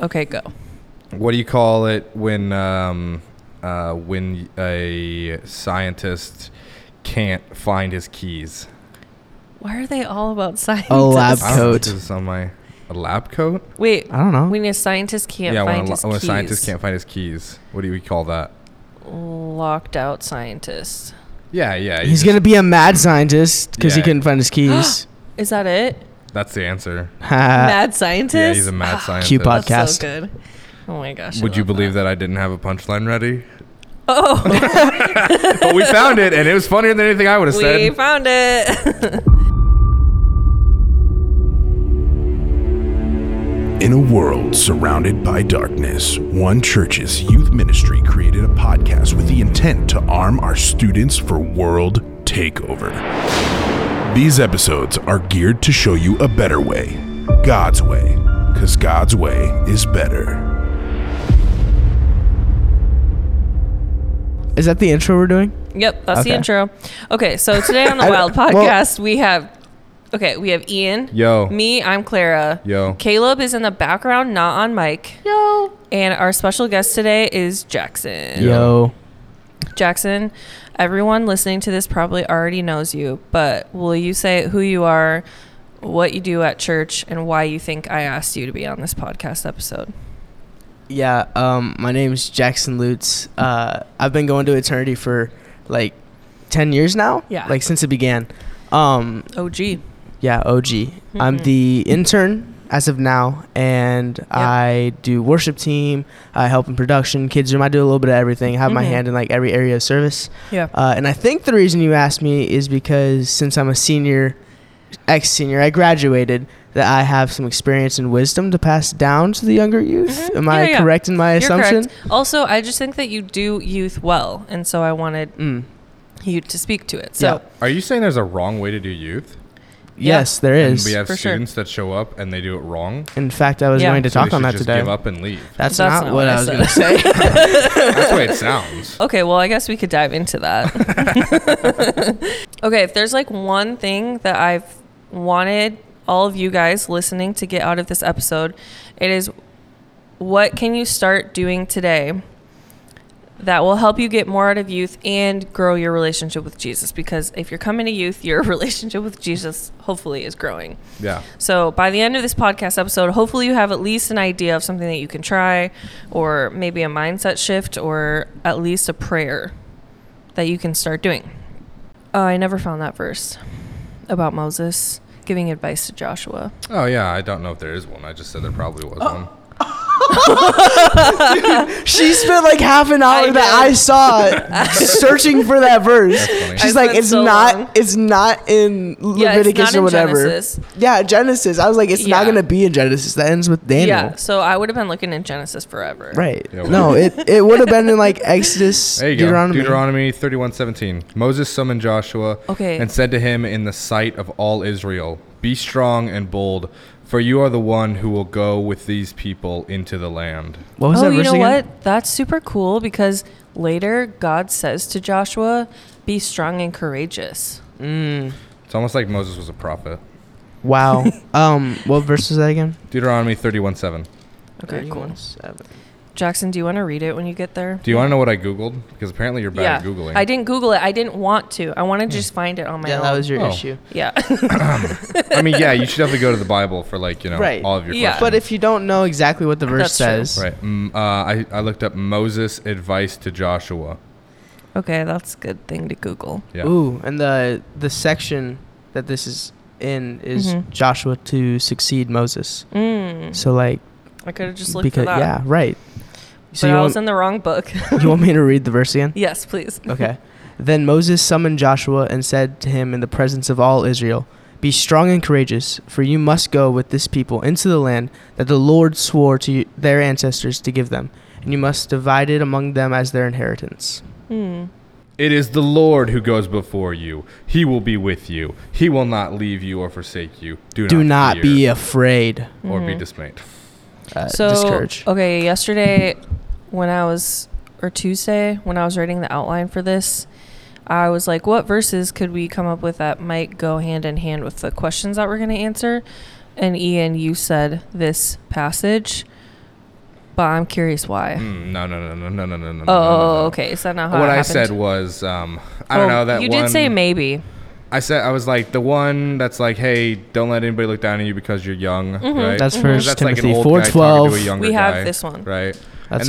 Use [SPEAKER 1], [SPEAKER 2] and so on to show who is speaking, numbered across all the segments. [SPEAKER 1] Okay, go.
[SPEAKER 2] what do you call it when um, uh, when a scientist can't find his keys?
[SPEAKER 1] Why are they all about scientists?
[SPEAKER 3] Oh, lab
[SPEAKER 2] I don't know if
[SPEAKER 3] Coat.
[SPEAKER 2] this is on my a lab coat.
[SPEAKER 1] Wait,
[SPEAKER 3] I don't know.
[SPEAKER 1] When a scientist can't
[SPEAKER 2] yeah,
[SPEAKER 1] find
[SPEAKER 2] when, a,
[SPEAKER 1] his
[SPEAKER 2] lo- when
[SPEAKER 1] keys,
[SPEAKER 2] a scientist can't find his keys, what do we call that?
[SPEAKER 1] locked out scientist.
[SPEAKER 2] Yeah, yeah. you
[SPEAKER 3] He's
[SPEAKER 2] just-
[SPEAKER 3] gonna be a mad scientist because he
[SPEAKER 2] Yeah.
[SPEAKER 3] couldn't find his keys.
[SPEAKER 1] Is that it?
[SPEAKER 2] That's the answer.
[SPEAKER 3] Ha.
[SPEAKER 1] mad scientist.
[SPEAKER 2] Yeah, he's a
[SPEAKER 1] Ah,
[SPEAKER 2] mad scientist.
[SPEAKER 3] Cute
[SPEAKER 1] That's
[SPEAKER 3] podcast.
[SPEAKER 1] so good. Oh my gosh. I
[SPEAKER 2] Would you
[SPEAKER 1] love
[SPEAKER 2] believe that I didn't have a punchline ready?
[SPEAKER 1] Oh,
[SPEAKER 2] But we found it, and it was funnier than anything I would have
[SPEAKER 1] we
[SPEAKER 2] said.
[SPEAKER 1] found it.
[SPEAKER 4] In a world surrounded by darkness, One Church's youth ministry created a podcast with the intent to arm our students for world takeover. These episodes are geared to show you a better way God's way, because God's way is better.
[SPEAKER 3] Is that the intro we're doing?
[SPEAKER 1] yep, that's
[SPEAKER 3] Okay.
[SPEAKER 1] the intro. Okay, so today on the
[SPEAKER 3] I-
[SPEAKER 1] Wild
[SPEAKER 3] well-
[SPEAKER 1] Podcast we have. Okay, we have Ian.
[SPEAKER 2] Yo.
[SPEAKER 1] Me, I'm Clara.
[SPEAKER 2] Yo.
[SPEAKER 1] Caleb is in the background, not on mic. Yo. And our special guest today is Jackson.
[SPEAKER 3] Yo.
[SPEAKER 1] Jackson, everyone listening to this probably already knows you, but will you say who you are, what you do at church, and why you think I asked you to be on this podcast episode?
[SPEAKER 3] Yeah. Um, my name's Jackson Lutz. Uh, I've been going to eternity for like ten years now.
[SPEAKER 1] Yeah.
[SPEAKER 3] Like since it began. Um,
[SPEAKER 1] OG.
[SPEAKER 3] yeah. OG. I'm the intern as of now, and I do worship team. I help in production, kids room. I do a little bit of everything. Have my
[SPEAKER 1] Mhm.
[SPEAKER 3] hand in like every area of service.
[SPEAKER 1] Yeah.
[SPEAKER 3] Uh, and I think the reason you asked me is because since I'm a senior, ex senior, I graduated, that I have some experience and wisdom to pass down to the younger youth.
[SPEAKER 1] Mhm.
[SPEAKER 3] Am
[SPEAKER 1] Yeah,
[SPEAKER 3] I
[SPEAKER 1] yeah.
[SPEAKER 3] correct in my
[SPEAKER 1] You're
[SPEAKER 3] assumption?
[SPEAKER 1] correct. Also, I just think that you do youth well, and so I wanted
[SPEAKER 3] Mm.
[SPEAKER 1] you to speak to it. So,
[SPEAKER 2] Are you saying there's a wrong way to do youth?
[SPEAKER 1] Yeah.
[SPEAKER 3] Yes, there
[SPEAKER 2] And
[SPEAKER 3] is.
[SPEAKER 2] we have
[SPEAKER 1] for sure.
[SPEAKER 2] students that show up and they do it wrong.
[SPEAKER 3] in fact, I was
[SPEAKER 1] Yeah.
[SPEAKER 3] going to
[SPEAKER 2] So they
[SPEAKER 3] talk on
[SPEAKER 2] should
[SPEAKER 3] that
[SPEAKER 2] just
[SPEAKER 3] today.
[SPEAKER 2] Give up and leave.
[SPEAKER 3] That's,
[SPEAKER 1] That's
[SPEAKER 3] not, what I was
[SPEAKER 1] said.
[SPEAKER 3] going to say.
[SPEAKER 2] That's the way it sounds.
[SPEAKER 1] okay, well, I guess we could dive into that. okay, if there's like one thing that I've wanted all of you guys listening to get out of this episode, it is what can you start doing today that will help you get more out of youth and grow your relationship with Jesus? Because if you're coming to youth, your relationship with Jesus hopefully is growing.
[SPEAKER 2] Yeah.
[SPEAKER 1] So by the end of this podcast episode, hopefully you have at least an idea of something that you can try, or maybe a mindset shift, or at least a prayer that you can start doing. Uh, I never found that verse about Moses giving advice to Joshua.
[SPEAKER 2] Oh yeah, I don't know if there is one. I just said there probably was one.
[SPEAKER 3] she spent like half an hour
[SPEAKER 1] I
[SPEAKER 3] that I
[SPEAKER 1] did.
[SPEAKER 3] saw searching for that verse.
[SPEAKER 2] funny.
[SPEAKER 3] She's
[SPEAKER 1] I
[SPEAKER 3] like,
[SPEAKER 1] spent
[SPEAKER 3] it's
[SPEAKER 1] so
[SPEAKER 3] not,
[SPEAKER 1] long.
[SPEAKER 3] it's not in
[SPEAKER 1] Yeah, it's
[SPEAKER 3] Leviticus
[SPEAKER 1] not
[SPEAKER 3] or
[SPEAKER 1] in
[SPEAKER 3] whatever.
[SPEAKER 1] Genesis.
[SPEAKER 3] Yeah, Genesis. I was like, it's not
[SPEAKER 1] Yeah.
[SPEAKER 3] gonna be in Genesis. That ends with Daniel.
[SPEAKER 1] Yeah, so I would have been looking in Genesis forever.
[SPEAKER 3] Right.
[SPEAKER 2] Yeah,
[SPEAKER 3] no, it it would have been in like Exodus,
[SPEAKER 2] There you
[SPEAKER 3] Deuteronomy.
[SPEAKER 2] go. Deuteronomy thirty-one seventeen. Moses summoned Joshua
[SPEAKER 1] Okay.
[SPEAKER 2] and said to him in the sight of all Israel, "Be strong and bold, for you are the one who will go with these people into the land."
[SPEAKER 3] What was
[SPEAKER 1] oh,
[SPEAKER 3] that
[SPEAKER 1] you
[SPEAKER 3] verse
[SPEAKER 1] know
[SPEAKER 3] again?
[SPEAKER 1] what? That's super cool because later God says to Joshua, "Be strong and courageous."
[SPEAKER 2] It's almost like Moses was a prophet.
[SPEAKER 3] Mm. Wow. um, what verse was that again?
[SPEAKER 2] Deuteronomy thirty-one seven.
[SPEAKER 1] Okay, cool. Jackson, do you want to read it when you get there?
[SPEAKER 2] Do you want to know what I googled? Because apparently you're bad
[SPEAKER 1] yeah,
[SPEAKER 2] at googling.
[SPEAKER 1] I didn't Google it. I didn't want to. I want to just find it on my
[SPEAKER 3] Yeah,
[SPEAKER 1] own.
[SPEAKER 3] that was your
[SPEAKER 2] Oh.
[SPEAKER 3] issue.
[SPEAKER 1] yeah.
[SPEAKER 2] I mean, yeah, you should definitely go to the Bible for like you know
[SPEAKER 3] Right.
[SPEAKER 2] all of your
[SPEAKER 1] Yeah.
[SPEAKER 2] questions.
[SPEAKER 3] But if you don't know exactly what the verse
[SPEAKER 1] That's true.
[SPEAKER 3] says,
[SPEAKER 2] Right. Mm, uh, I, I looked up Moses' advice to Joshua.
[SPEAKER 1] okay, that's a good thing to Google.
[SPEAKER 2] Yeah.
[SPEAKER 3] ooh, and the the section that this is in is
[SPEAKER 1] Mm-hmm.
[SPEAKER 3] Joshua to succeed Moses.
[SPEAKER 1] Mm,
[SPEAKER 3] So like
[SPEAKER 1] I could have just looked
[SPEAKER 3] because
[SPEAKER 1] for that.
[SPEAKER 3] yeah, right. So
[SPEAKER 1] but
[SPEAKER 3] you
[SPEAKER 1] I
[SPEAKER 3] want,
[SPEAKER 1] was in the wrong book.
[SPEAKER 3] you want me to read the verse again?
[SPEAKER 1] yes, please.
[SPEAKER 3] Okay. Then Moses summoned Joshua and said to him in the presence of all Israel, Be strong and courageous, for you must go with this people into the land that the Lord swore to y- their ancestors to give them, and you must divide it among them as their inheritance.
[SPEAKER 1] Mm.
[SPEAKER 2] It is the Lord who goes before you. He will be with you. He will not leave you or forsake you. Do,
[SPEAKER 3] Do not
[SPEAKER 2] fear
[SPEAKER 3] be afraid.
[SPEAKER 2] or
[SPEAKER 1] Mm-hmm.
[SPEAKER 2] be dismayed.
[SPEAKER 3] Uh,
[SPEAKER 1] So oh.
[SPEAKER 3] discourage.
[SPEAKER 1] okay, yesterday when I was or Tuesday when I was writing the outline for this, I was like, what verses could we come up with that might go hand in hand with the questions that we're going to answer? And Ian, you said this passage, but I'm curious why.
[SPEAKER 2] Mm, No, no, no, no, no, no, no, no.
[SPEAKER 1] Oh,
[SPEAKER 2] no, no, no.
[SPEAKER 1] okay. Is that not how
[SPEAKER 2] Mm-hmm. What
[SPEAKER 1] it
[SPEAKER 2] I
[SPEAKER 1] happened?
[SPEAKER 2] said was, um, I don't
[SPEAKER 1] Oh,
[SPEAKER 2] know that
[SPEAKER 1] you
[SPEAKER 2] one,
[SPEAKER 1] did say maybe.
[SPEAKER 2] I said I was like the one that's like, hey, don't let anybody look down on you because you're young. Right?
[SPEAKER 3] That's
[SPEAKER 2] Because
[SPEAKER 3] First
[SPEAKER 2] that's like an
[SPEAKER 3] Timothy
[SPEAKER 2] old guy talking to a
[SPEAKER 3] 4:12.
[SPEAKER 2] younger
[SPEAKER 1] Mm-hmm. We have
[SPEAKER 2] guy,
[SPEAKER 1] this one.
[SPEAKER 2] right?
[SPEAKER 3] That's-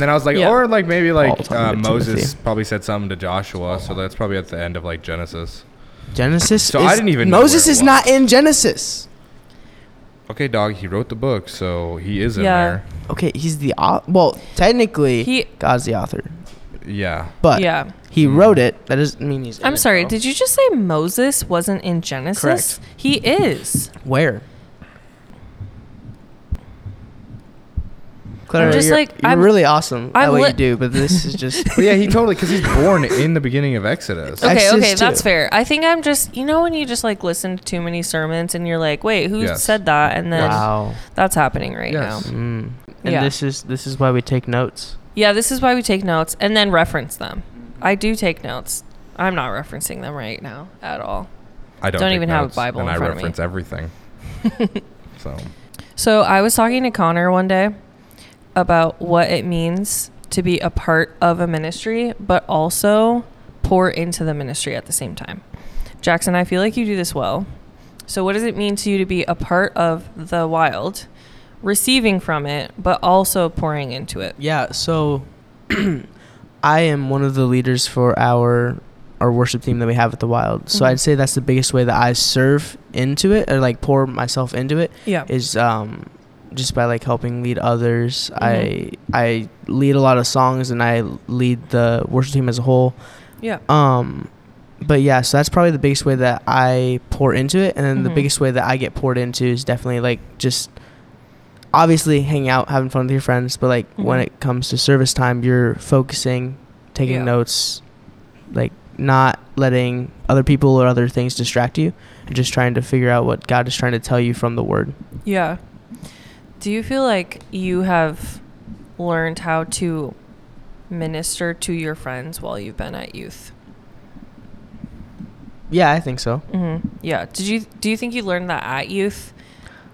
[SPEAKER 2] and then I was like,
[SPEAKER 1] Yeah.
[SPEAKER 2] or like maybe like
[SPEAKER 3] talking
[SPEAKER 2] uh,
[SPEAKER 3] to
[SPEAKER 2] Moses
[SPEAKER 3] Timothy.
[SPEAKER 2] probably said something to Joshua, so that's probably at the end of like Genesis.
[SPEAKER 3] Genesis.
[SPEAKER 2] So
[SPEAKER 3] is-
[SPEAKER 2] I didn't even know
[SPEAKER 3] Moses
[SPEAKER 2] where it
[SPEAKER 3] is
[SPEAKER 2] was.
[SPEAKER 3] not in Genesis.
[SPEAKER 2] Okay, dog, he wrote the book, so he is in
[SPEAKER 1] Yeah.
[SPEAKER 2] there.
[SPEAKER 3] Okay, he's the au- well, technically
[SPEAKER 1] He-
[SPEAKER 3] God's the author,
[SPEAKER 2] Yeah,
[SPEAKER 3] but
[SPEAKER 1] yeah.
[SPEAKER 3] he wrote it. That doesn't mean he's. in
[SPEAKER 1] I'm
[SPEAKER 3] it,
[SPEAKER 1] sorry.
[SPEAKER 3] though.
[SPEAKER 1] Did you just say Moses wasn't in Genesis?
[SPEAKER 3] Correct.
[SPEAKER 1] He is.
[SPEAKER 3] Where? Clara,
[SPEAKER 1] just
[SPEAKER 3] you're,
[SPEAKER 1] like-
[SPEAKER 3] you're
[SPEAKER 1] I'm-
[SPEAKER 3] really awesome at
[SPEAKER 1] I'm
[SPEAKER 3] what
[SPEAKER 1] li-
[SPEAKER 3] you do, but this is just
[SPEAKER 2] but yeah, he totally because he's born in the beginning of Exodus.
[SPEAKER 3] Okay.
[SPEAKER 1] Okay,
[SPEAKER 3] Exodus
[SPEAKER 1] okay,
[SPEAKER 3] too.
[SPEAKER 1] that's fair. I think I'm just, you know, when you just like listen to too many sermons and you're like, wait, who
[SPEAKER 2] Yes.
[SPEAKER 1] said that? And then
[SPEAKER 3] wow.
[SPEAKER 1] that's happening right
[SPEAKER 2] Yes.
[SPEAKER 1] now.
[SPEAKER 3] Mm. And
[SPEAKER 1] Yeah.
[SPEAKER 3] this is this is why we take notes.
[SPEAKER 1] Yeah, this is why we take notes and then reference them. I do take notes. I'm not referencing them right now at all.
[SPEAKER 2] I don't,
[SPEAKER 1] Don't
[SPEAKER 2] take
[SPEAKER 1] even have a
[SPEAKER 2] notes,
[SPEAKER 1] Bible
[SPEAKER 2] and
[SPEAKER 1] in
[SPEAKER 2] I
[SPEAKER 1] front of me.
[SPEAKER 2] reference everything. so
[SPEAKER 1] So I was talking to Connor one day about what it means to be a part of a ministry, but also pour into the ministry at the same time. Jackson, I feel like you do this well. So, what does it mean to you to be a part of the wild, receiving from it, but also pouring into it?
[SPEAKER 3] Yeah, so I am one of the leaders for our our worship team that we have at the Wild. So
[SPEAKER 1] Mhm.
[SPEAKER 3] I'd say that's the biggest way that I serve into it or like pour myself into it
[SPEAKER 1] Yeah.
[SPEAKER 3] is um just by like helping lead others.
[SPEAKER 1] Mhm.
[SPEAKER 3] I I lead a lot of songs and I lead the worship team as a whole.
[SPEAKER 1] Yeah.
[SPEAKER 3] Um, but yeah, so that's probably the biggest way that I pour into it, and then the
[SPEAKER 1] Mhm.
[SPEAKER 3] biggest way that I get poured into is definitely like just obviously hanging out, having fun with your friends. But like when
[SPEAKER 1] Mhm.
[SPEAKER 3] it comes to service time, you're focusing, taking
[SPEAKER 1] Yeah.
[SPEAKER 3] notes, like not letting other people or other things distract you, and just trying to figure out what God is trying to tell you from the Word.
[SPEAKER 1] Yeah. Do you feel like you have learned how to minister to your friends while you've been at youth?
[SPEAKER 3] Yeah, I think so.
[SPEAKER 1] hmm Yeah. Did you do you think you learned that at youth?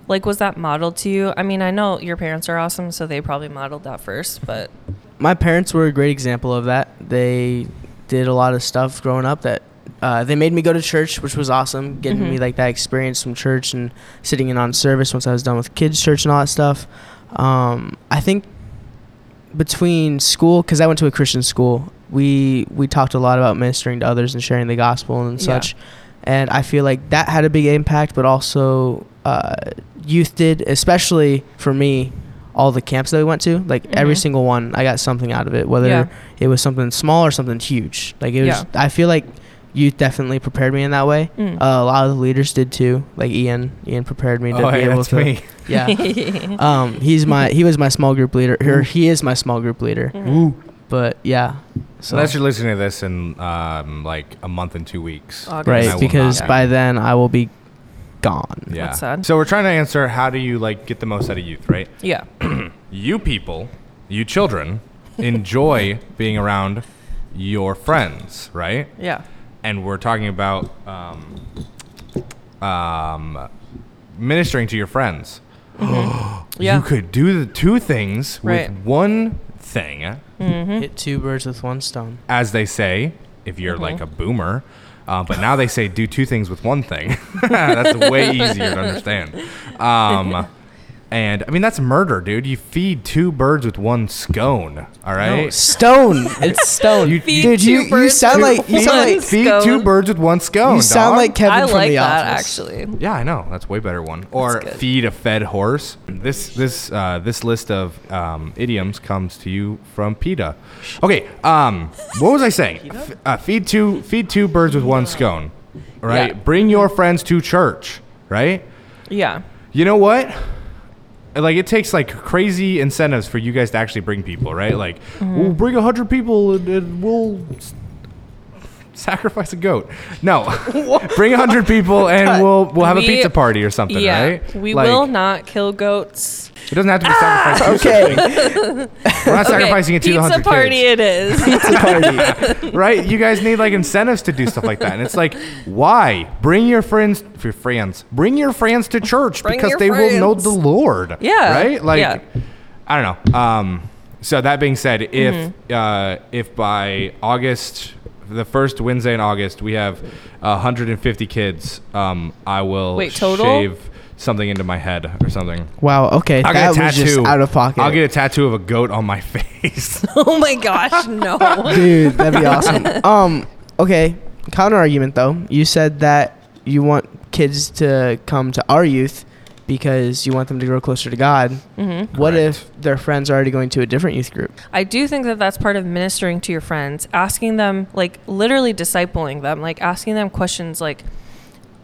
[SPEAKER 1] Like, was that modeled to you? I mean, I know your parents are awesome, so they probably modeled that first, but
[SPEAKER 3] my parents were a great example of that. They did a lot of stuff growing up that uh, they made me go to church, which was awesome, getting
[SPEAKER 1] Mhm.
[SPEAKER 3] me like that experience from church and sitting in on service once I was done with kids' church and all that stuff. Um, I think between school, because I went to a Christian school, we we talked a lot about ministering to others and sharing the gospel and
[SPEAKER 1] Yeah.
[SPEAKER 3] such. And I feel like that had a big impact, but also uh, youth did, especially for me, all the camps that we went to. Like every
[SPEAKER 1] Mhm.
[SPEAKER 3] single one, I got something out of it, whether
[SPEAKER 1] Yeah.
[SPEAKER 3] it was something small or something huge. Like it was,
[SPEAKER 1] Yeah.
[SPEAKER 3] I feel like youth definitely prepared me in that way.
[SPEAKER 1] Mm.
[SPEAKER 3] Uh, a lot of the leaders did too. Like Ian, Ian prepared me to
[SPEAKER 2] oh,
[SPEAKER 3] be
[SPEAKER 2] hey,
[SPEAKER 3] able
[SPEAKER 2] that's
[SPEAKER 3] to.
[SPEAKER 2] me.
[SPEAKER 3] Yeah. um, he's my he was my small group leader, or he is my small group leader.
[SPEAKER 1] Mm.
[SPEAKER 3] But yeah, so
[SPEAKER 2] Unless you're listening to this in um, like a month and two weeks.
[SPEAKER 1] August.
[SPEAKER 2] then I
[SPEAKER 3] right
[SPEAKER 2] will
[SPEAKER 3] because
[SPEAKER 2] not
[SPEAKER 3] by
[SPEAKER 2] be.
[SPEAKER 3] then I will be gone.
[SPEAKER 2] yeah.
[SPEAKER 1] That's sad.
[SPEAKER 2] So we're trying to answer how do you like get the most out of youth, right?
[SPEAKER 1] yeah.
[SPEAKER 2] You people, you children, enjoy being around your friends, right?
[SPEAKER 1] Yeah.
[SPEAKER 2] And we're talking about um, um, ministering to your friends.
[SPEAKER 1] Yeah.
[SPEAKER 2] You could do the two things
[SPEAKER 1] Right.
[SPEAKER 2] with one thing,
[SPEAKER 1] Mm-hmm.
[SPEAKER 3] Hit two birds with one stone.
[SPEAKER 2] as they say, if you're
[SPEAKER 1] Mm-hmm.
[SPEAKER 2] like a boomer. Uh, but now they say do two things with one thing. that's way easier to understand. Um, and I mean, that's murder, dude. You feed two birds with one scone, all right?
[SPEAKER 3] Stone. it's stone.
[SPEAKER 2] You-
[SPEAKER 1] Feed
[SPEAKER 3] Dude, you,
[SPEAKER 1] two
[SPEAKER 3] you
[SPEAKER 1] birds
[SPEAKER 3] sound
[SPEAKER 1] with
[SPEAKER 3] like you
[SPEAKER 1] one
[SPEAKER 3] sound like
[SPEAKER 1] stone.
[SPEAKER 2] feed two
[SPEAKER 1] scone.
[SPEAKER 2] birds with one scone.
[SPEAKER 3] you sound
[SPEAKER 2] dog.
[SPEAKER 3] like Kevin
[SPEAKER 1] I
[SPEAKER 3] from
[SPEAKER 1] like
[SPEAKER 3] the
[SPEAKER 1] that
[SPEAKER 3] office.
[SPEAKER 1] actually.
[SPEAKER 2] Yeah, I know. That's way better one. Or
[SPEAKER 1] good.
[SPEAKER 2] feed a fed horse. This this uh, this list of um, idioms comes to you from PETA. Okay. Um, what was I saying? F- uh, feed two feed two birds with one scone. Right.
[SPEAKER 1] Yeah.
[SPEAKER 2] Bring your friends to church. Right.
[SPEAKER 1] Yeah.
[SPEAKER 2] You know what? Like it takes like crazy incentives for you guys to actually bring people, right? Like
[SPEAKER 1] Mm-hmm.
[SPEAKER 2] we'll bring a hundred people and, and we'll s- sacrifice a goat. No, bring a hundred people and we'll we'll have a
[SPEAKER 1] We-
[SPEAKER 2] pizza party or something,
[SPEAKER 1] yeah.
[SPEAKER 2] right?
[SPEAKER 1] We
[SPEAKER 2] Like,
[SPEAKER 1] will not kill goats.
[SPEAKER 2] It doesn't have to be sacrificed. to
[SPEAKER 3] Okay.
[SPEAKER 2] something. We're not sacrificing it to the
[SPEAKER 1] Pizza
[SPEAKER 2] hundred
[SPEAKER 1] party
[SPEAKER 2] kids,
[SPEAKER 1] it is.
[SPEAKER 2] right? You guys need like incentives to do stuff like that, and it's like, why bring your friends, your friends, bring your friends to church
[SPEAKER 1] Bring
[SPEAKER 2] because
[SPEAKER 1] your
[SPEAKER 2] they will know
[SPEAKER 1] friends.
[SPEAKER 2] the Lord,
[SPEAKER 1] Yeah.
[SPEAKER 2] right? Like,
[SPEAKER 1] Yeah.
[SPEAKER 2] I don't know. Um, So that being said, if
[SPEAKER 1] Mm-hmm.
[SPEAKER 2] uh, if by August, the first Wednesday in August, we have 150 kids, um, I will
[SPEAKER 1] Wait, total?
[SPEAKER 2] shave something into my head or something.
[SPEAKER 3] Wow. Okay.
[SPEAKER 2] I'll
[SPEAKER 3] that
[SPEAKER 2] get a
[SPEAKER 3] was
[SPEAKER 2] tattoo
[SPEAKER 3] just out of pocket.
[SPEAKER 2] I'll get a tattoo of a goat on my face.
[SPEAKER 1] Oh my gosh, no.
[SPEAKER 3] Dude, that'd be awesome. Um. Okay. Counter argument though. You said that you want kids to come to our youth because you want them to grow closer to God. Mm-hmm. What if their friends are already going to a different youth group?
[SPEAKER 1] I do think that that's part of ministering to your friends, asking them, like literally discipling them, like asking them questions like,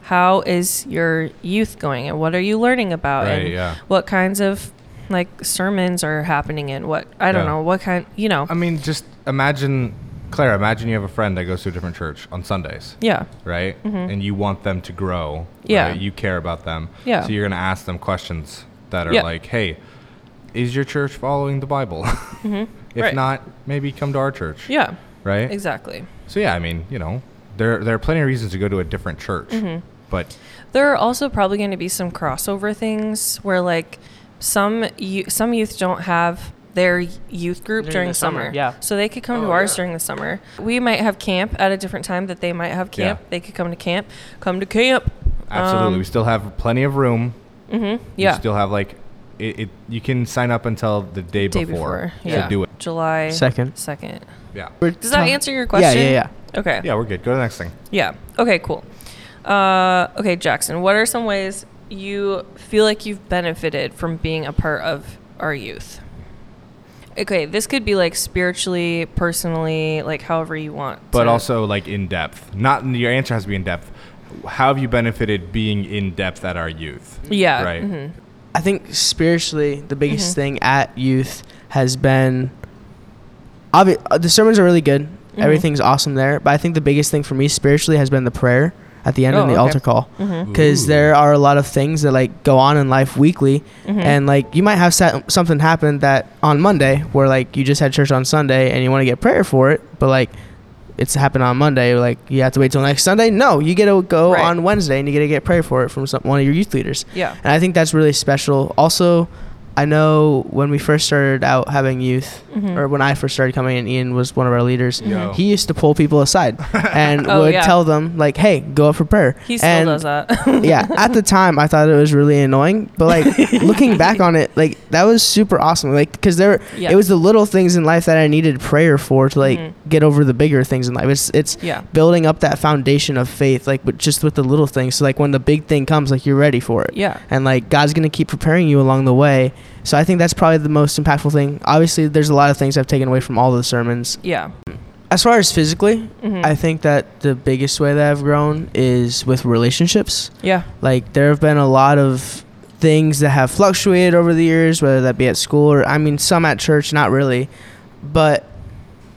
[SPEAKER 1] how is your youth going and what are you learning about
[SPEAKER 2] Right,
[SPEAKER 1] and
[SPEAKER 2] yeah.
[SPEAKER 1] what kinds of like sermons are happening and what I don't
[SPEAKER 2] Yeah.
[SPEAKER 1] know what kind you know
[SPEAKER 2] I mean, just imagine, Claire. Imagine you have a friend that goes to a different church on Sundays.
[SPEAKER 1] yeah
[SPEAKER 2] right? And you want them to grow.
[SPEAKER 1] Mm-hmm. Yeah.
[SPEAKER 2] right? You care about them.
[SPEAKER 1] Yeah.
[SPEAKER 2] So you're going to ask them questions that are
[SPEAKER 1] Yeah.
[SPEAKER 2] like, hey, is your church following the Bible? if
[SPEAKER 1] Mm-hmm. Right.
[SPEAKER 2] not, maybe come to our church.
[SPEAKER 1] yeah
[SPEAKER 2] Right?
[SPEAKER 1] exactly
[SPEAKER 2] So, yeah, I mean, you know, there, there are plenty of reasons to go to a different church.
[SPEAKER 1] Mm-hmm.
[SPEAKER 2] But
[SPEAKER 1] There are also probably going to be some crossover things where like some you, some youth don't have their youth group during,
[SPEAKER 3] the
[SPEAKER 1] summer.
[SPEAKER 3] summer, yeah.
[SPEAKER 1] So they could come
[SPEAKER 2] Oh,
[SPEAKER 1] to ours during the summer. We might have camp at a different time that they might have camp.
[SPEAKER 2] Yeah.
[SPEAKER 1] They could come to camp. Come to camp. Um,
[SPEAKER 2] absolutely, we still have plenty of room.
[SPEAKER 1] yeah.
[SPEAKER 2] You still have like, it, it, you can sign up until the day,
[SPEAKER 1] Day before.
[SPEAKER 2] before, to
[SPEAKER 1] Yeah.
[SPEAKER 2] do it.
[SPEAKER 1] July
[SPEAKER 3] Second.
[SPEAKER 1] Second.
[SPEAKER 2] Yeah.
[SPEAKER 1] Does that answer your
[SPEAKER 3] Yeah, yeah,
[SPEAKER 1] question?
[SPEAKER 3] yeah.
[SPEAKER 1] Okay.
[SPEAKER 2] Yeah, we're good. Go to the next thing.
[SPEAKER 1] Yeah. Okay, cool. Uh, okay, Jackson, what are some ways you feel like you've benefited from being a part of our youth? Okay, this could be like spiritually, personally, like however you want.
[SPEAKER 2] but
[SPEAKER 1] to-
[SPEAKER 2] also like in depth. Not your answer has to be in depth. How have you benefited being in depth at our youth?
[SPEAKER 1] yeah,
[SPEAKER 2] Right.
[SPEAKER 1] mhm.
[SPEAKER 3] I think spiritually, the biggest
[SPEAKER 1] Mm-hmm.
[SPEAKER 3] thing at youth has been. Obvi- uh, the sermons are really good.
[SPEAKER 1] Mm-hmm.
[SPEAKER 3] Everything's awesome there. But I think the biggest thing for me spiritually has been the prayer at the end
[SPEAKER 1] Oh,
[SPEAKER 3] and the
[SPEAKER 1] okay. Mm-hmm.
[SPEAKER 3] altar call. Because
[SPEAKER 2] Ooh.
[SPEAKER 3] there are a lot of things that like go on in life weekly.
[SPEAKER 1] Mm-hmm.
[SPEAKER 3] And like you might have sa- something happen that on Monday where like you just had church on Sunday and you want to get prayer for it. But like it's happened on Monday. Like you have to wait till next Sunday. No, you get to go
[SPEAKER 1] Right.
[SPEAKER 3] on Wednesday and you get to get prayer for it from some, one of your youth leaders.
[SPEAKER 1] Yeah.
[SPEAKER 3] And I think that's really special. Also, I know when we first started out having youth,
[SPEAKER 1] Mm-hmm.
[SPEAKER 3] or when I first started coming in, Ian was one of our leaders.
[SPEAKER 2] Yo.
[SPEAKER 3] He used to pull people aside and
[SPEAKER 1] Oh,
[SPEAKER 3] would
[SPEAKER 1] yeah.
[SPEAKER 3] tell them like, "Hey, go up for prayer."
[SPEAKER 1] He still
[SPEAKER 3] and
[SPEAKER 1] does that.
[SPEAKER 3] yeah, at the time I thought it was really annoying, but like looking back on it, like that was super awesome. Like because there,
[SPEAKER 1] Yeah.
[SPEAKER 3] it was the little things in life that I needed prayer for to like
[SPEAKER 1] Mhm.
[SPEAKER 3] get over the bigger things in life. It's it's
[SPEAKER 1] Yeah.
[SPEAKER 3] building up that foundation of faith, like with, just with the little things. So like when the big thing comes, like you're ready for it.
[SPEAKER 1] Yeah.
[SPEAKER 3] and like God's gonna keep preparing you along the way. So I think that's probably the most impactful thing. Obviously, there's a lot of things I've taken away from all the sermons.
[SPEAKER 1] yeah.
[SPEAKER 3] As far as physically,
[SPEAKER 1] Mhm.
[SPEAKER 3] I think that the biggest way that I've grown is with relationships
[SPEAKER 1] Yeah.
[SPEAKER 3] like there have been a lot of things that have fluctuated over the years whether that be at school or i mean some at church not really but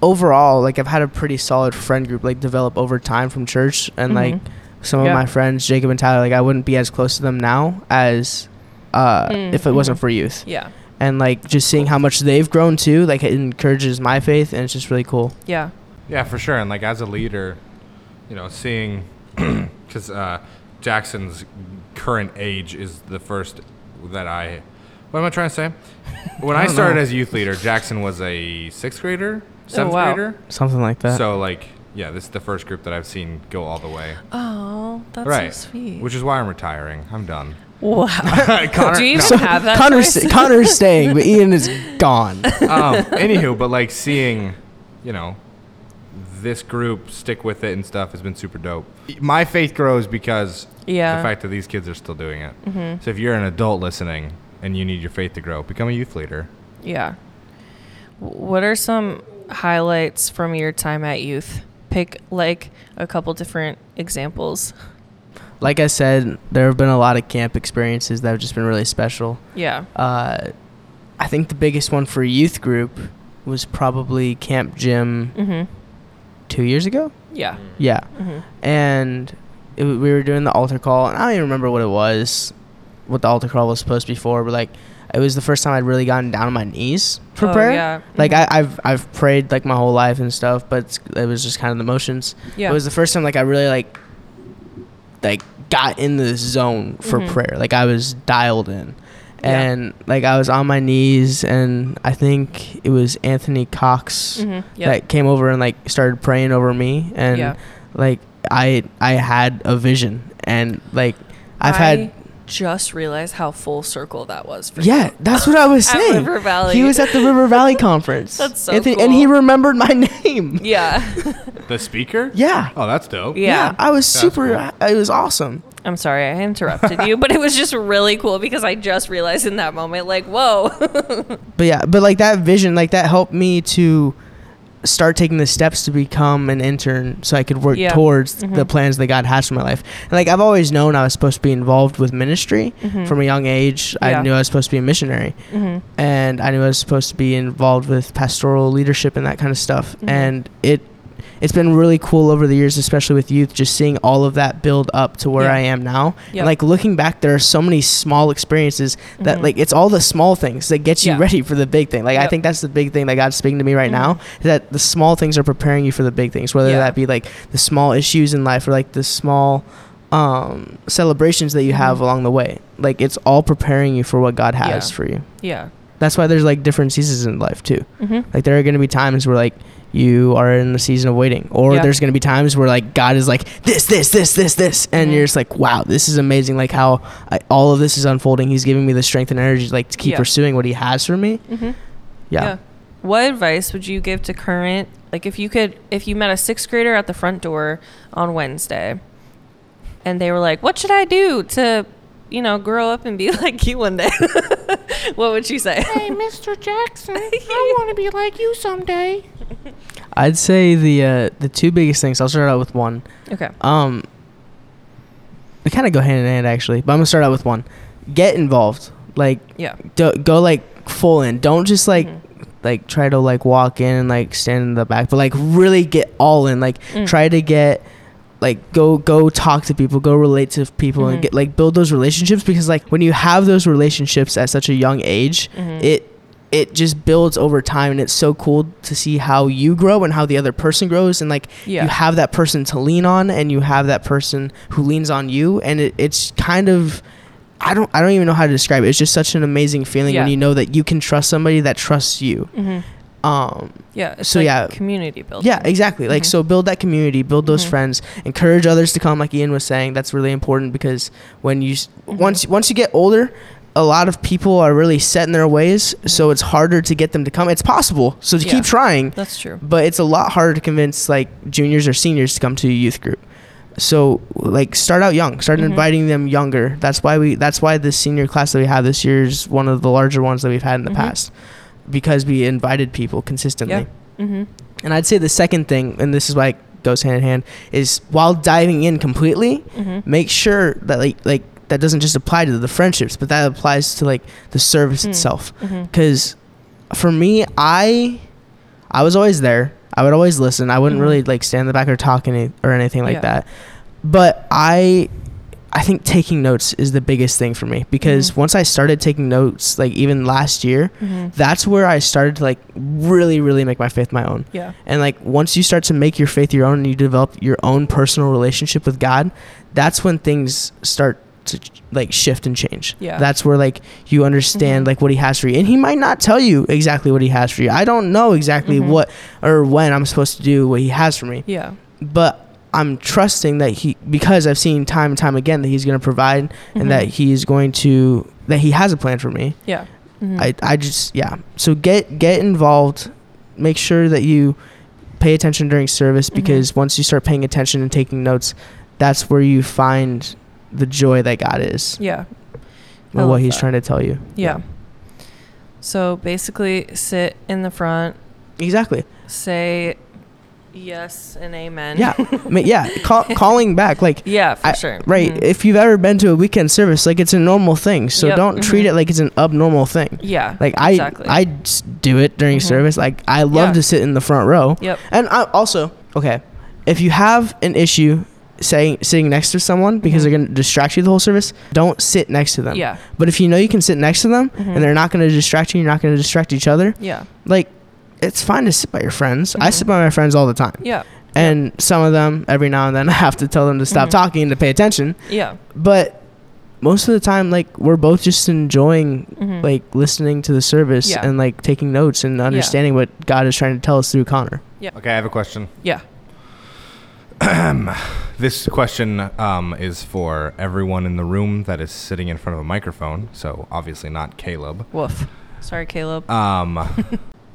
[SPEAKER 3] overall like i've had a pretty solid friend group like develop over time from church and like
[SPEAKER 1] Mhm.
[SPEAKER 3] some
[SPEAKER 1] Yeah.
[SPEAKER 3] of my friends jacob and tyler like i wouldn't be as close to them now as uh,
[SPEAKER 1] Mm,
[SPEAKER 3] if it wasn't for youth
[SPEAKER 1] Yeah.
[SPEAKER 3] and like just seeing how much they've grown too like it encourages my faith and it's just really cool
[SPEAKER 1] Yeah.
[SPEAKER 2] Yeah, for sure. And like as a leader, you know, seeing because uh, Jackson's current age is the first that I. What am I trying to say? When I, started as a youth leader, Jackson was a sixth grader, seventh
[SPEAKER 1] Oh, wow.
[SPEAKER 2] grader.
[SPEAKER 3] something like that
[SPEAKER 2] So like, yeah, this is the first group that I've seen go all the way.
[SPEAKER 1] Oh, that's
[SPEAKER 2] right.
[SPEAKER 1] so sweet.
[SPEAKER 2] Which is why I'm retiring. I'm done.
[SPEAKER 1] wow.
[SPEAKER 2] Connor-
[SPEAKER 1] Do you even
[SPEAKER 3] So
[SPEAKER 1] have that?
[SPEAKER 3] Connor's,
[SPEAKER 1] choice?
[SPEAKER 3] Connor's staying, but Ian is gone.
[SPEAKER 2] um, anywho, but like seeing, you know, this group stick with it and stuff has been super dope. My faith grows because
[SPEAKER 1] Yeah. Mm-hmm.
[SPEAKER 2] the fact that these kids are still doing it. So if you're an adult listening and you need your faith to grow, become a youth leader.
[SPEAKER 1] Yeah. W- What are some highlights from your time at youth? Pick like a couple different examples.
[SPEAKER 3] like I said, there have been a lot of camp experiences that have just been really special.
[SPEAKER 1] Yeah.
[SPEAKER 3] Uh, I think the biggest one for youth group was probably Camp Gym
[SPEAKER 1] Mm-hmm.
[SPEAKER 3] two years ago.
[SPEAKER 1] Yeah.
[SPEAKER 3] Yeah,
[SPEAKER 1] Mm-hmm.
[SPEAKER 3] and it, w- we were doing the altar call, and I don't even remember what it was, what the altar call was supposed to be for, but like it was the first time I'd really gotten down on my knees for
[SPEAKER 1] Oh,
[SPEAKER 3] prayer.
[SPEAKER 1] yeah.
[SPEAKER 3] Like I, I've I've prayed like my whole life and stuff, but it's- it was just kind of the motions.
[SPEAKER 1] Yeah.
[SPEAKER 3] It was the first time like I really like like got in the zone for prayer. Like I was dialed in.
[SPEAKER 1] Mm-hmm. Yeah.
[SPEAKER 3] and like I was on my knees, and I think it was Anthony Cox
[SPEAKER 1] Mhm, yep.
[SPEAKER 3] that came over and like started praying over me, and
[SPEAKER 1] Yeah.
[SPEAKER 3] like I I had a vision, and like I've
[SPEAKER 1] I
[SPEAKER 3] had
[SPEAKER 1] just realized how full circle that was for
[SPEAKER 3] yeah,
[SPEAKER 1] you.
[SPEAKER 3] that's what I was
[SPEAKER 1] At
[SPEAKER 3] saying.
[SPEAKER 1] River Valley.
[SPEAKER 3] He was at the River Valley conference.
[SPEAKER 1] That's so
[SPEAKER 3] And he
[SPEAKER 1] cool.
[SPEAKER 3] remembered my name.
[SPEAKER 1] yeah.
[SPEAKER 2] The speaker?
[SPEAKER 3] Yeah.
[SPEAKER 2] Oh, that's dope.
[SPEAKER 1] Yeah.
[SPEAKER 3] I was
[SPEAKER 2] That's
[SPEAKER 3] super.
[SPEAKER 2] cool.
[SPEAKER 3] It was awesome.
[SPEAKER 1] I'm sorry I interrupted you, but it was just really cool because I just realized in that moment, like, whoa.
[SPEAKER 3] But yeah, but like that vision, like that helped me to start taking the steps to become an intern so I could work
[SPEAKER 1] Yeah. Mm-hmm.
[SPEAKER 3] towards the plans that God has for my life. And like I've always known I was supposed to be involved with ministry from a young age.
[SPEAKER 1] Mm-hmm. Yeah.
[SPEAKER 3] I knew I was supposed to be a missionary.
[SPEAKER 1] Mm-hmm.
[SPEAKER 3] And I knew I was supposed to be involved with pastoral leadership and that kind of stuff.
[SPEAKER 1] Mm-hmm.
[SPEAKER 3] And it it's been really cool over the years, especially with youth, just seeing all of that build up to where
[SPEAKER 1] Yeah.
[SPEAKER 3] I am now.
[SPEAKER 1] Yep. Mm-hmm.
[SPEAKER 3] And like looking back, there are so many small experiences that like it's all the small things that get you
[SPEAKER 1] Yeah.
[SPEAKER 3] ready for the big thing. Like I
[SPEAKER 1] Yep. Mm-hmm.
[SPEAKER 3] think that's the big thing that God's speaking to me right now is that the small things are preparing you for the big things, whether
[SPEAKER 1] Yeah.
[SPEAKER 3] that be like the small issues in life or like the small um celebrations that you have along the way. Like it's all preparing you for what God has
[SPEAKER 1] Mm-hmm. Yeah.
[SPEAKER 3] for you.
[SPEAKER 1] yeah.
[SPEAKER 3] That's why there's like different seasons in life too.
[SPEAKER 1] Mhm.
[SPEAKER 3] Like there are going to be times where like you are in the season of waiting, or
[SPEAKER 1] Yeah.
[SPEAKER 3] there's going to be times where like God is like this, this, this, this, this, and
[SPEAKER 1] Mhm.
[SPEAKER 3] you're just like, wow, this is amazing. Like how I, all of this is unfolding. He's giving me the strength and energy like to keep
[SPEAKER 1] Yeah.
[SPEAKER 3] pursuing what He has for me.
[SPEAKER 1] Mhm.
[SPEAKER 3] Yeah.
[SPEAKER 1] What advice would you give to current, like, if you could, if you met a sixth grader at the front door on Wednesday and they were like, what should I do to, you know, grow up and be like you one day? what would you say?
[SPEAKER 5] Hey, Mr. Jackson, I want to be like you someday.
[SPEAKER 3] I'd say the uh, the two biggest things. I'll start out with one.
[SPEAKER 1] Okay.
[SPEAKER 3] Um, they kind of go hand in hand actually, but I'm gonna start out with one. Get involved. Like
[SPEAKER 1] Yeah.
[SPEAKER 3] do, go like full in. Don't just like like try to like walk in and like stand in the back, but like really get all in. Like try to get like go go talk to people, go relate to people, and get like build those relationships because like when you have those relationships at such a young age, it it just builds over time and it's so cool to see how you grow and how the other person grows and like
[SPEAKER 1] Yeah.
[SPEAKER 3] you have that person to lean on and you have that person who leans on you and it, it's kind of I don't I don't even know how to describe it. It's just such an amazing feeling
[SPEAKER 1] Yeah.
[SPEAKER 3] when you know that you can trust somebody that trusts you. Um,
[SPEAKER 1] Yeah. it's
[SPEAKER 3] So,
[SPEAKER 1] like
[SPEAKER 3] yeah.
[SPEAKER 1] Community building.
[SPEAKER 3] yeah, exactly. Like
[SPEAKER 1] Mm-hmm.
[SPEAKER 3] so build that community, build those friends, encourage others to come like Ian was saying. That's really important because when you s
[SPEAKER 1] Mm-hmm.
[SPEAKER 3] once once you get older, a lot of people are really set in their ways, so it's harder to get them to come. It's possible. So to
[SPEAKER 1] Mm-hmm. Yeah.
[SPEAKER 3] keep trying,
[SPEAKER 1] That's true.
[SPEAKER 3] but it's a lot harder to convince like juniors or seniors to come to a youth group so like start out young start inviting them younger that's why we that's why this senior class that we have this year is one of the larger ones that we've had in the past because we invited people consistently
[SPEAKER 1] Yeah. Mm-hmm.
[SPEAKER 3] and I'd say the second thing, and this is why it goes hand in hand, is while diving in completely,
[SPEAKER 1] Mm-hmm.
[SPEAKER 3] make sure that like like that doesn't just apply to the friendships, but that applies to like the service
[SPEAKER 1] Mm.
[SPEAKER 3] itself.
[SPEAKER 1] Mm-hmm.
[SPEAKER 3] Because for me, I I was always there. I would always listen. I wouldn't really like stand in the back or talk any or anything like
[SPEAKER 1] Mm-hmm. Yeah.
[SPEAKER 3] that. But I I think taking notes is the biggest thing for me because
[SPEAKER 1] Mm-hmm.
[SPEAKER 3] once I started taking notes, like even last year, that's where I started to like really, really make my faith my own.
[SPEAKER 1] Yeah.
[SPEAKER 3] And like once you start to make your faith your own and you develop your own personal relationship with God, that's when things start to like shift and change.
[SPEAKER 1] Yeah.
[SPEAKER 3] That's where like you understand like what he has for you. And he might not tell you exactly what he has for you. I don't know exactly what or when I'm supposed to do what he has for me
[SPEAKER 1] Yeah.
[SPEAKER 3] but I'm trusting that he because I've seen time and time again that he's going to provide and that he is going to that he has a plan for me.
[SPEAKER 1] Yeah.
[SPEAKER 3] I I just yeah. So get get involved. Make sure that you pay attention during service
[SPEAKER 1] Mm-hmm.
[SPEAKER 3] because once you start paying attention and taking notes, that's where you find the joy that God is
[SPEAKER 1] Yeah. I
[SPEAKER 3] and
[SPEAKER 1] love
[SPEAKER 3] what he's
[SPEAKER 1] that.
[SPEAKER 3] trying to tell you.
[SPEAKER 1] Yeah. So basically, sit in the front,
[SPEAKER 3] Exactly.
[SPEAKER 1] say yes and amen.
[SPEAKER 3] Yeah. I mean, yeah, call, calling back like
[SPEAKER 1] yeah, for
[SPEAKER 3] I-
[SPEAKER 1] sure.
[SPEAKER 3] Right.
[SPEAKER 1] Mhm.
[SPEAKER 3] If you've ever been to a weekend service, like it's a normal thing. So
[SPEAKER 1] Yep,
[SPEAKER 3] don't treat it like it's an abnormal thing.
[SPEAKER 1] Yeah.
[SPEAKER 3] Like I,
[SPEAKER 1] exactly. Mm-hmm.
[SPEAKER 3] I s- do it during service. Like I love
[SPEAKER 1] Yeah.
[SPEAKER 3] to sit in the front row.
[SPEAKER 1] Yep.
[SPEAKER 3] And I also okay, if you have an issue saying sitting next to someone because they're gonna distract you the whole service, don't sit next to them.
[SPEAKER 1] Mm-hmm. Yeah. Mm-hmm.
[SPEAKER 3] But if you know you can sit next to them and they're not gonna distract you, you're not gonna distract each other.
[SPEAKER 1] Yeah.
[SPEAKER 3] Like it's fine to sit by your friends. I sit by my friends all the time.
[SPEAKER 1] Mm-hmm. Yeah. Mm-hmm.
[SPEAKER 3] And some of them every now and then I have to tell them to stop talking and to pay attention
[SPEAKER 1] Yeah.
[SPEAKER 3] but most of the time like we're both just enjoying
[SPEAKER 1] Mhm.
[SPEAKER 3] like listening to the service
[SPEAKER 1] Yeah.
[SPEAKER 3] and like taking notes and understanding what God is trying to tell us through Connor.
[SPEAKER 2] Okay, I have a question.
[SPEAKER 1] yeah.
[SPEAKER 2] This question um, is for everyone in the room that is sitting in front of a microphone, so obviously not Caleb.
[SPEAKER 1] Woof. Sorry, Caleb.
[SPEAKER 2] Um,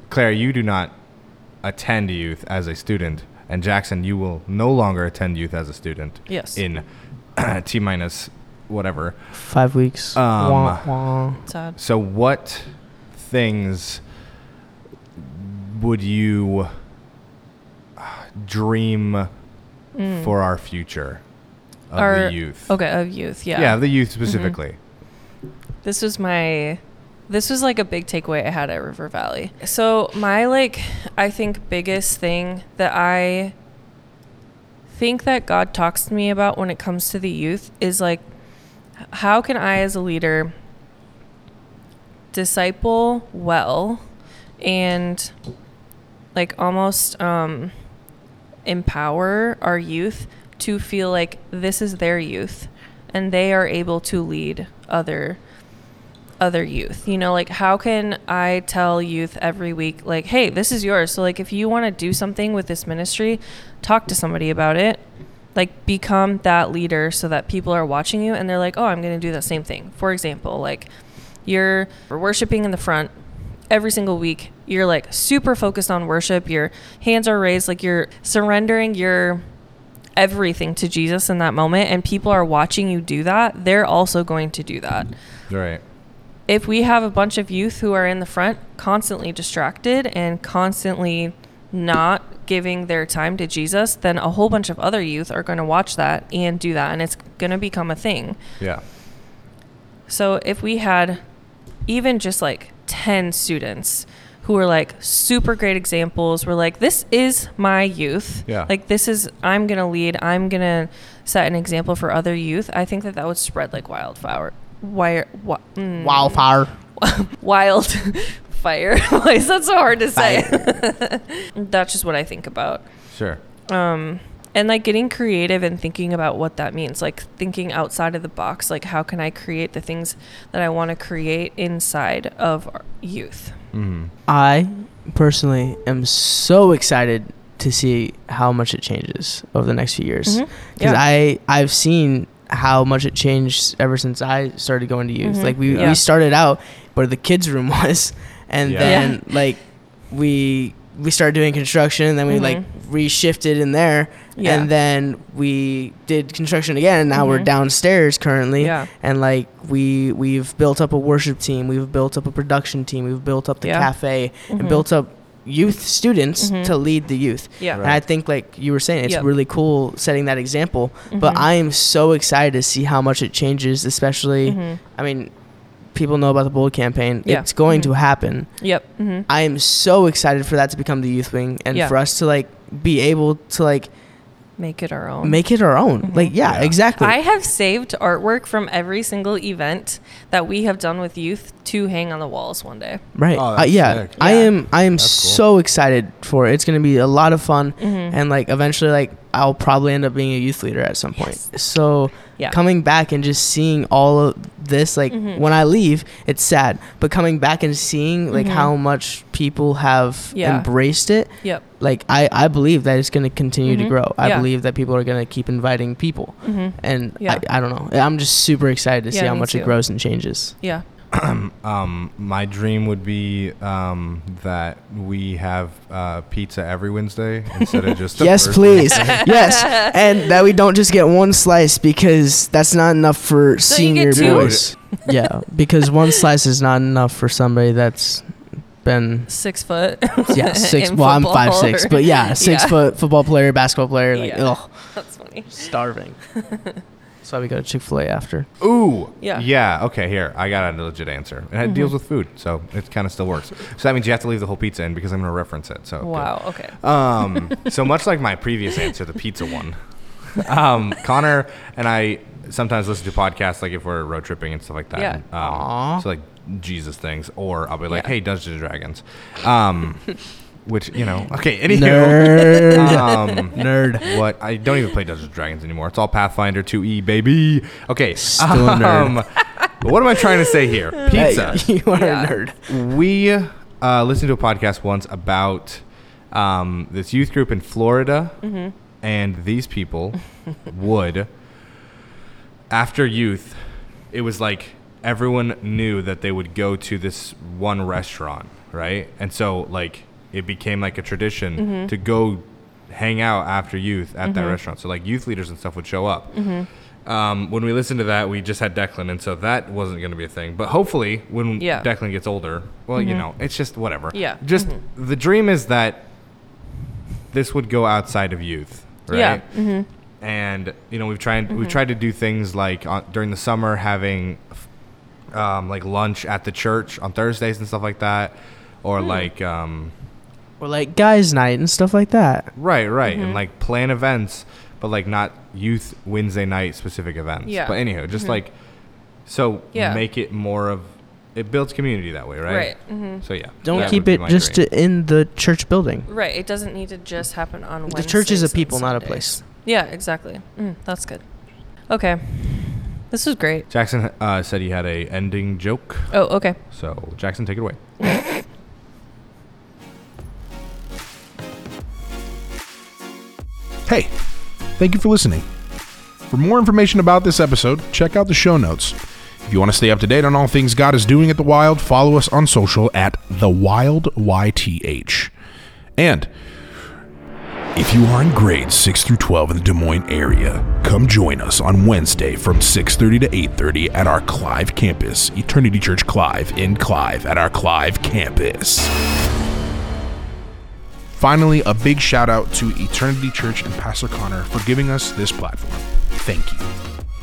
[SPEAKER 2] Claire, you do not attend youth as a student, and Jackson, you will no longer attend youth as a student.
[SPEAKER 1] Yes.
[SPEAKER 2] In T minus whatever.
[SPEAKER 3] Five weeks.
[SPEAKER 2] Um,
[SPEAKER 3] Wah, wah.
[SPEAKER 1] Sad.
[SPEAKER 2] So, what things would you uh, dream for our future of
[SPEAKER 1] Hmm. Our-
[SPEAKER 2] the youth?
[SPEAKER 1] Mm. Okay, of youth. Yeah. Mm-hmm.
[SPEAKER 2] Yeah, the youth specifically.
[SPEAKER 1] This was my this was like a big takeaway I had at River Valley. So my like I think biggest thing that I think that God talks to me about when it comes to the youth is like h- how can I as a leader disciple well and like almost um empower our youth to feel like this is their youth and they are able to lead other other youth you know like how can i tell youth every week like hey this is yours so like if you want to do something with this ministry talk to somebody about it like become that leader so that people are watching you and they're like oh i'm going to do that same thing for example like you're worshiping in the front every single week you're like super focused on worship your hands are raised like you're surrendering your everything to jesus in that moment and people are watching you do that they're also going to do that
[SPEAKER 2] Right.
[SPEAKER 1] if we have a bunch of youth who are in the front constantly distracted and constantly not giving their time to Jesus, then a whole bunch of other youth are going to watch that and do that, and it's going to become a thing.
[SPEAKER 2] Yeah.
[SPEAKER 1] So if we had even just like 10 students who were like super great examples, were like, this is my youth.
[SPEAKER 2] Yeah.
[SPEAKER 1] Like, this is, I'm going to lead, I'm going to set an example for other youth. I think that that would spread like wildfire. Wire, wi- mm,
[SPEAKER 3] Wildfire.
[SPEAKER 1] wild fire. Why is that so hard to say? That's just what I think about. Um,
[SPEAKER 2] Sure.
[SPEAKER 1] And like getting creative and thinking about what that means, like thinking outside of the box, like how can I create the things that I want to create inside of our youth?
[SPEAKER 2] Mm-hmm.
[SPEAKER 3] I personally am so excited to see how much it changes over the next few years
[SPEAKER 1] Mhm. Yeah.
[SPEAKER 3] because I I've seen how much it changed ever since I started going to youth.
[SPEAKER 1] Mhm.
[SPEAKER 3] Like we
[SPEAKER 1] Yeah.
[SPEAKER 3] we started out where the kids room was, and
[SPEAKER 2] Yeah.
[SPEAKER 3] then like we we started doing construction, and then we like
[SPEAKER 1] Mhm.
[SPEAKER 3] reshifted in there,
[SPEAKER 1] Yeah.
[SPEAKER 3] and then we did construction again, and now we're
[SPEAKER 1] Mhm.
[SPEAKER 3] downstairs currently
[SPEAKER 1] Yeah.
[SPEAKER 3] and like we we've built up a worship team we've built up a production team we've built up the
[SPEAKER 1] Yeah. Mm-hmm.
[SPEAKER 3] cafe and built up youth students
[SPEAKER 1] Mhm.
[SPEAKER 3] to lead the youth
[SPEAKER 1] Yeah.
[SPEAKER 3] and i think like you were saying it's
[SPEAKER 1] Yep.
[SPEAKER 3] really cool setting that example
[SPEAKER 1] Mm-hmm.
[SPEAKER 3] but i am so excited to see how much it changes especially
[SPEAKER 1] Mhm.
[SPEAKER 3] i mean people know about the bold campaign
[SPEAKER 1] Yeah.
[SPEAKER 3] it's going
[SPEAKER 1] Mhm.
[SPEAKER 3] to happen
[SPEAKER 1] Yep. hmm
[SPEAKER 3] I am so excited for that to become the youth wing and
[SPEAKER 1] Yeah.
[SPEAKER 3] for us to like be able to like
[SPEAKER 1] Make it our own.
[SPEAKER 3] make it our own. Like yeah,
[SPEAKER 2] Yeah.
[SPEAKER 3] exactly.
[SPEAKER 1] Mm-hmm. I have saved artwork from every single event that we have done with youth to hang on the walls one day.
[SPEAKER 3] Right.
[SPEAKER 2] Oh,
[SPEAKER 3] Uh,
[SPEAKER 2] that's
[SPEAKER 3] yeah.
[SPEAKER 2] sick.
[SPEAKER 3] I
[SPEAKER 1] Yeah.
[SPEAKER 3] am I am
[SPEAKER 2] cool.
[SPEAKER 3] so excited for it. It's going to be a lot of fun
[SPEAKER 1] Mm-hmm.
[SPEAKER 3] and like eventually like I'll probably end up being a youth leader at some point. So
[SPEAKER 1] Yeah. Mm-hmm.
[SPEAKER 3] coming back and just seeing all of this like when I leave, it's sad, but coming back and seeing like how much people have
[SPEAKER 1] Mm-hmm. Yeah.
[SPEAKER 3] embraced it,
[SPEAKER 1] Yep.
[SPEAKER 3] like I I believe that it's going to continue to
[SPEAKER 1] Mhm.
[SPEAKER 3] grow. I
[SPEAKER 1] Yeah. Mm-hmm.
[SPEAKER 3] believe that people are going to keep inviting people. And
[SPEAKER 1] Yeah.
[SPEAKER 3] I, I don't know. I'm just super excited to see
[SPEAKER 1] Yeah,
[SPEAKER 3] how
[SPEAKER 1] me
[SPEAKER 3] much it
[SPEAKER 1] too.
[SPEAKER 3] grows and changes.
[SPEAKER 1] Yeah.
[SPEAKER 2] Um, my dream would be um, that we have uh, pizza every Wednesday instead of just the
[SPEAKER 3] yes,
[SPEAKER 2] first
[SPEAKER 3] please.
[SPEAKER 2] Wednesday.
[SPEAKER 3] yes, and that we don't just get one slice because that's not enough for
[SPEAKER 1] So you
[SPEAKER 3] senior
[SPEAKER 1] get two?
[SPEAKER 3] boys. yeah, because one slice is not enough for somebody that's been
[SPEAKER 1] Six foot.
[SPEAKER 3] yeah six.
[SPEAKER 1] in
[SPEAKER 3] well, I'm
[SPEAKER 1] football
[SPEAKER 3] five six,
[SPEAKER 1] or-
[SPEAKER 3] but yeah, six
[SPEAKER 1] Yeah.
[SPEAKER 3] foot football player, basketball player, like
[SPEAKER 1] Yeah.
[SPEAKER 3] ugh,
[SPEAKER 1] That's funny.
[SPEAKER 3] starving. that's why we go to Chick Fil A after.
[SPEAKER 2] Ooh.
[SPEAKER 1] Yeah. Mm-hmm.
[SPEAKER 2] Yeah. Okay. Here, I got a legit answer, and it deals with food, so it kind of still works. So that means you have to leave the whole pizza in because I'm going to reference it. So. good.
[SPEAKER 1] Wow. Okay.
[SPEAKER 2] Um, so much like my previous answer, the pizza one. Um, Connor and I sometimes listen to podcasts, like if we're road tripping and stuff like that.
[SPEAKER 1] Yeah.
[SPEAKER 2] Um, so like Jesus things, or I'll be like, "Hey, Dungeons and Dragons." Um, which you know. Okay, anywho,
[SPEAKER 3] Nerd.
[SPEAKER 2] um,
[SPEAKER 3] Nerd.
[SPEAKER 2] what? I don't even play Dungeons and Dragons anymore. It's all Pathfinder 2E, baby. Okay, um,
[SPEAKER 3] Still a nerd.
[SPEAKER 2] what am I trying to say here? Pizza.
[SPEAKER 3] Hey, you are
[SPEAKER 1] Yeah.
[SPEAKER 3] a nerd.
[SPEAKER 2] we uh, listened to a podcast once about um, this youth group in Florida,
[SPEAKER 3] Mm-hmm.
[SPEAKER 2] and these people would, after youth, it was like everyone knew that they would go to this one restaurant, right? And so, like, it became like a tradition
[SPEAKER 1] Mm-hmm.
[SPEAKER 2] to go hang out after youth at that restaurant. So, like, youth leaders and stuff would show up
[SPEAKER 1] Mm-hmm.
[SPEAKER 2] um, when we listened to that, we just had Declan, and so that wasn't going to be a thing. But hopefully, when
[SPEAKER 1] Yeah. Mm-hmm.
[SPEAKER 2] Declan gets older, well, you know, it's just whatever.
[SPEAKER 1] Yeah. Mm-hmm.
[SPEAKER 2] Just the dream is that this would go outside of youth, right?
[SPEAKER 1] Yeah. Mm-hmm.
[SPEAKER 2] And you know, we've tried we've tried to do things like on, during the summer having um, like lunch at the church on Thursdays and stuff like that, or
[SPEAKER 1] Hmm.
[SPEAKER 2] like um,
[SPEAKER 3] Or like guys' night and stuff like that.
[SPEAKER 2] Right, right,
[SPEAKER 1] Mm-hmm.
[SPEAKER 2] and like plan events, but like not youth Wednesday night specific events.
[SPEAKER 1] Yeah. Mm-hmm.
[SPEAKER 2] But anyhow, just like so
[SPEAKER 1] Yeah.
[SPEAKER 2] make it more of it builds community that way, right?
[SPEAKER 1] Right. hmm
[SPEAKER 2] So yeah.
[SPEAKER 3] Don't
[SPEAKER 2] that would
[SPEAKER 3] keep
[SPEAKER 2] be
[SPEAKER 3] it
[SPEAKER 2] my
[SPEAKER 3] just
[SPEAKER 2] dream.
[SPEAKER 3] to, in the church building.
[SPEAKER 1] Right. It doesn't need to just happen on
[SPEAKER 3] The church
[SPEAKER 1] Wednesdays
[SPEAKER 3] is a
[SPEAKER 1] and
[SPEAKER 3] people, not a
[SPEAKER 1] Sundays.
[SPEAKER 3] place.
[SPEAKER 1] Yeah, exactly. Mm, that's good. Okay. This was great.
[SPEAKER 2] Jackson uh, said he had a ending joke,
[SPEAKER 1] Oh, okay.
[SPEAKER 2] so Jackson, take it away.
[SPEAKER 4] Hey, thank you for listening. For more information about this episode, check out the show notes. If you want to stay up to date on all things God is doing at the Wild, follow us on social at the Wild YTH. And if you are in grades 6 through 12 in the Des Moines area, come join us on Wednesday from 6:30 to 8:30 at our Clive campus, Eternity Church Clive in Clive at our Clive campus. Finally, a big shout out to Eternity Church and Pastor Connor for giving us this platform. Thank you.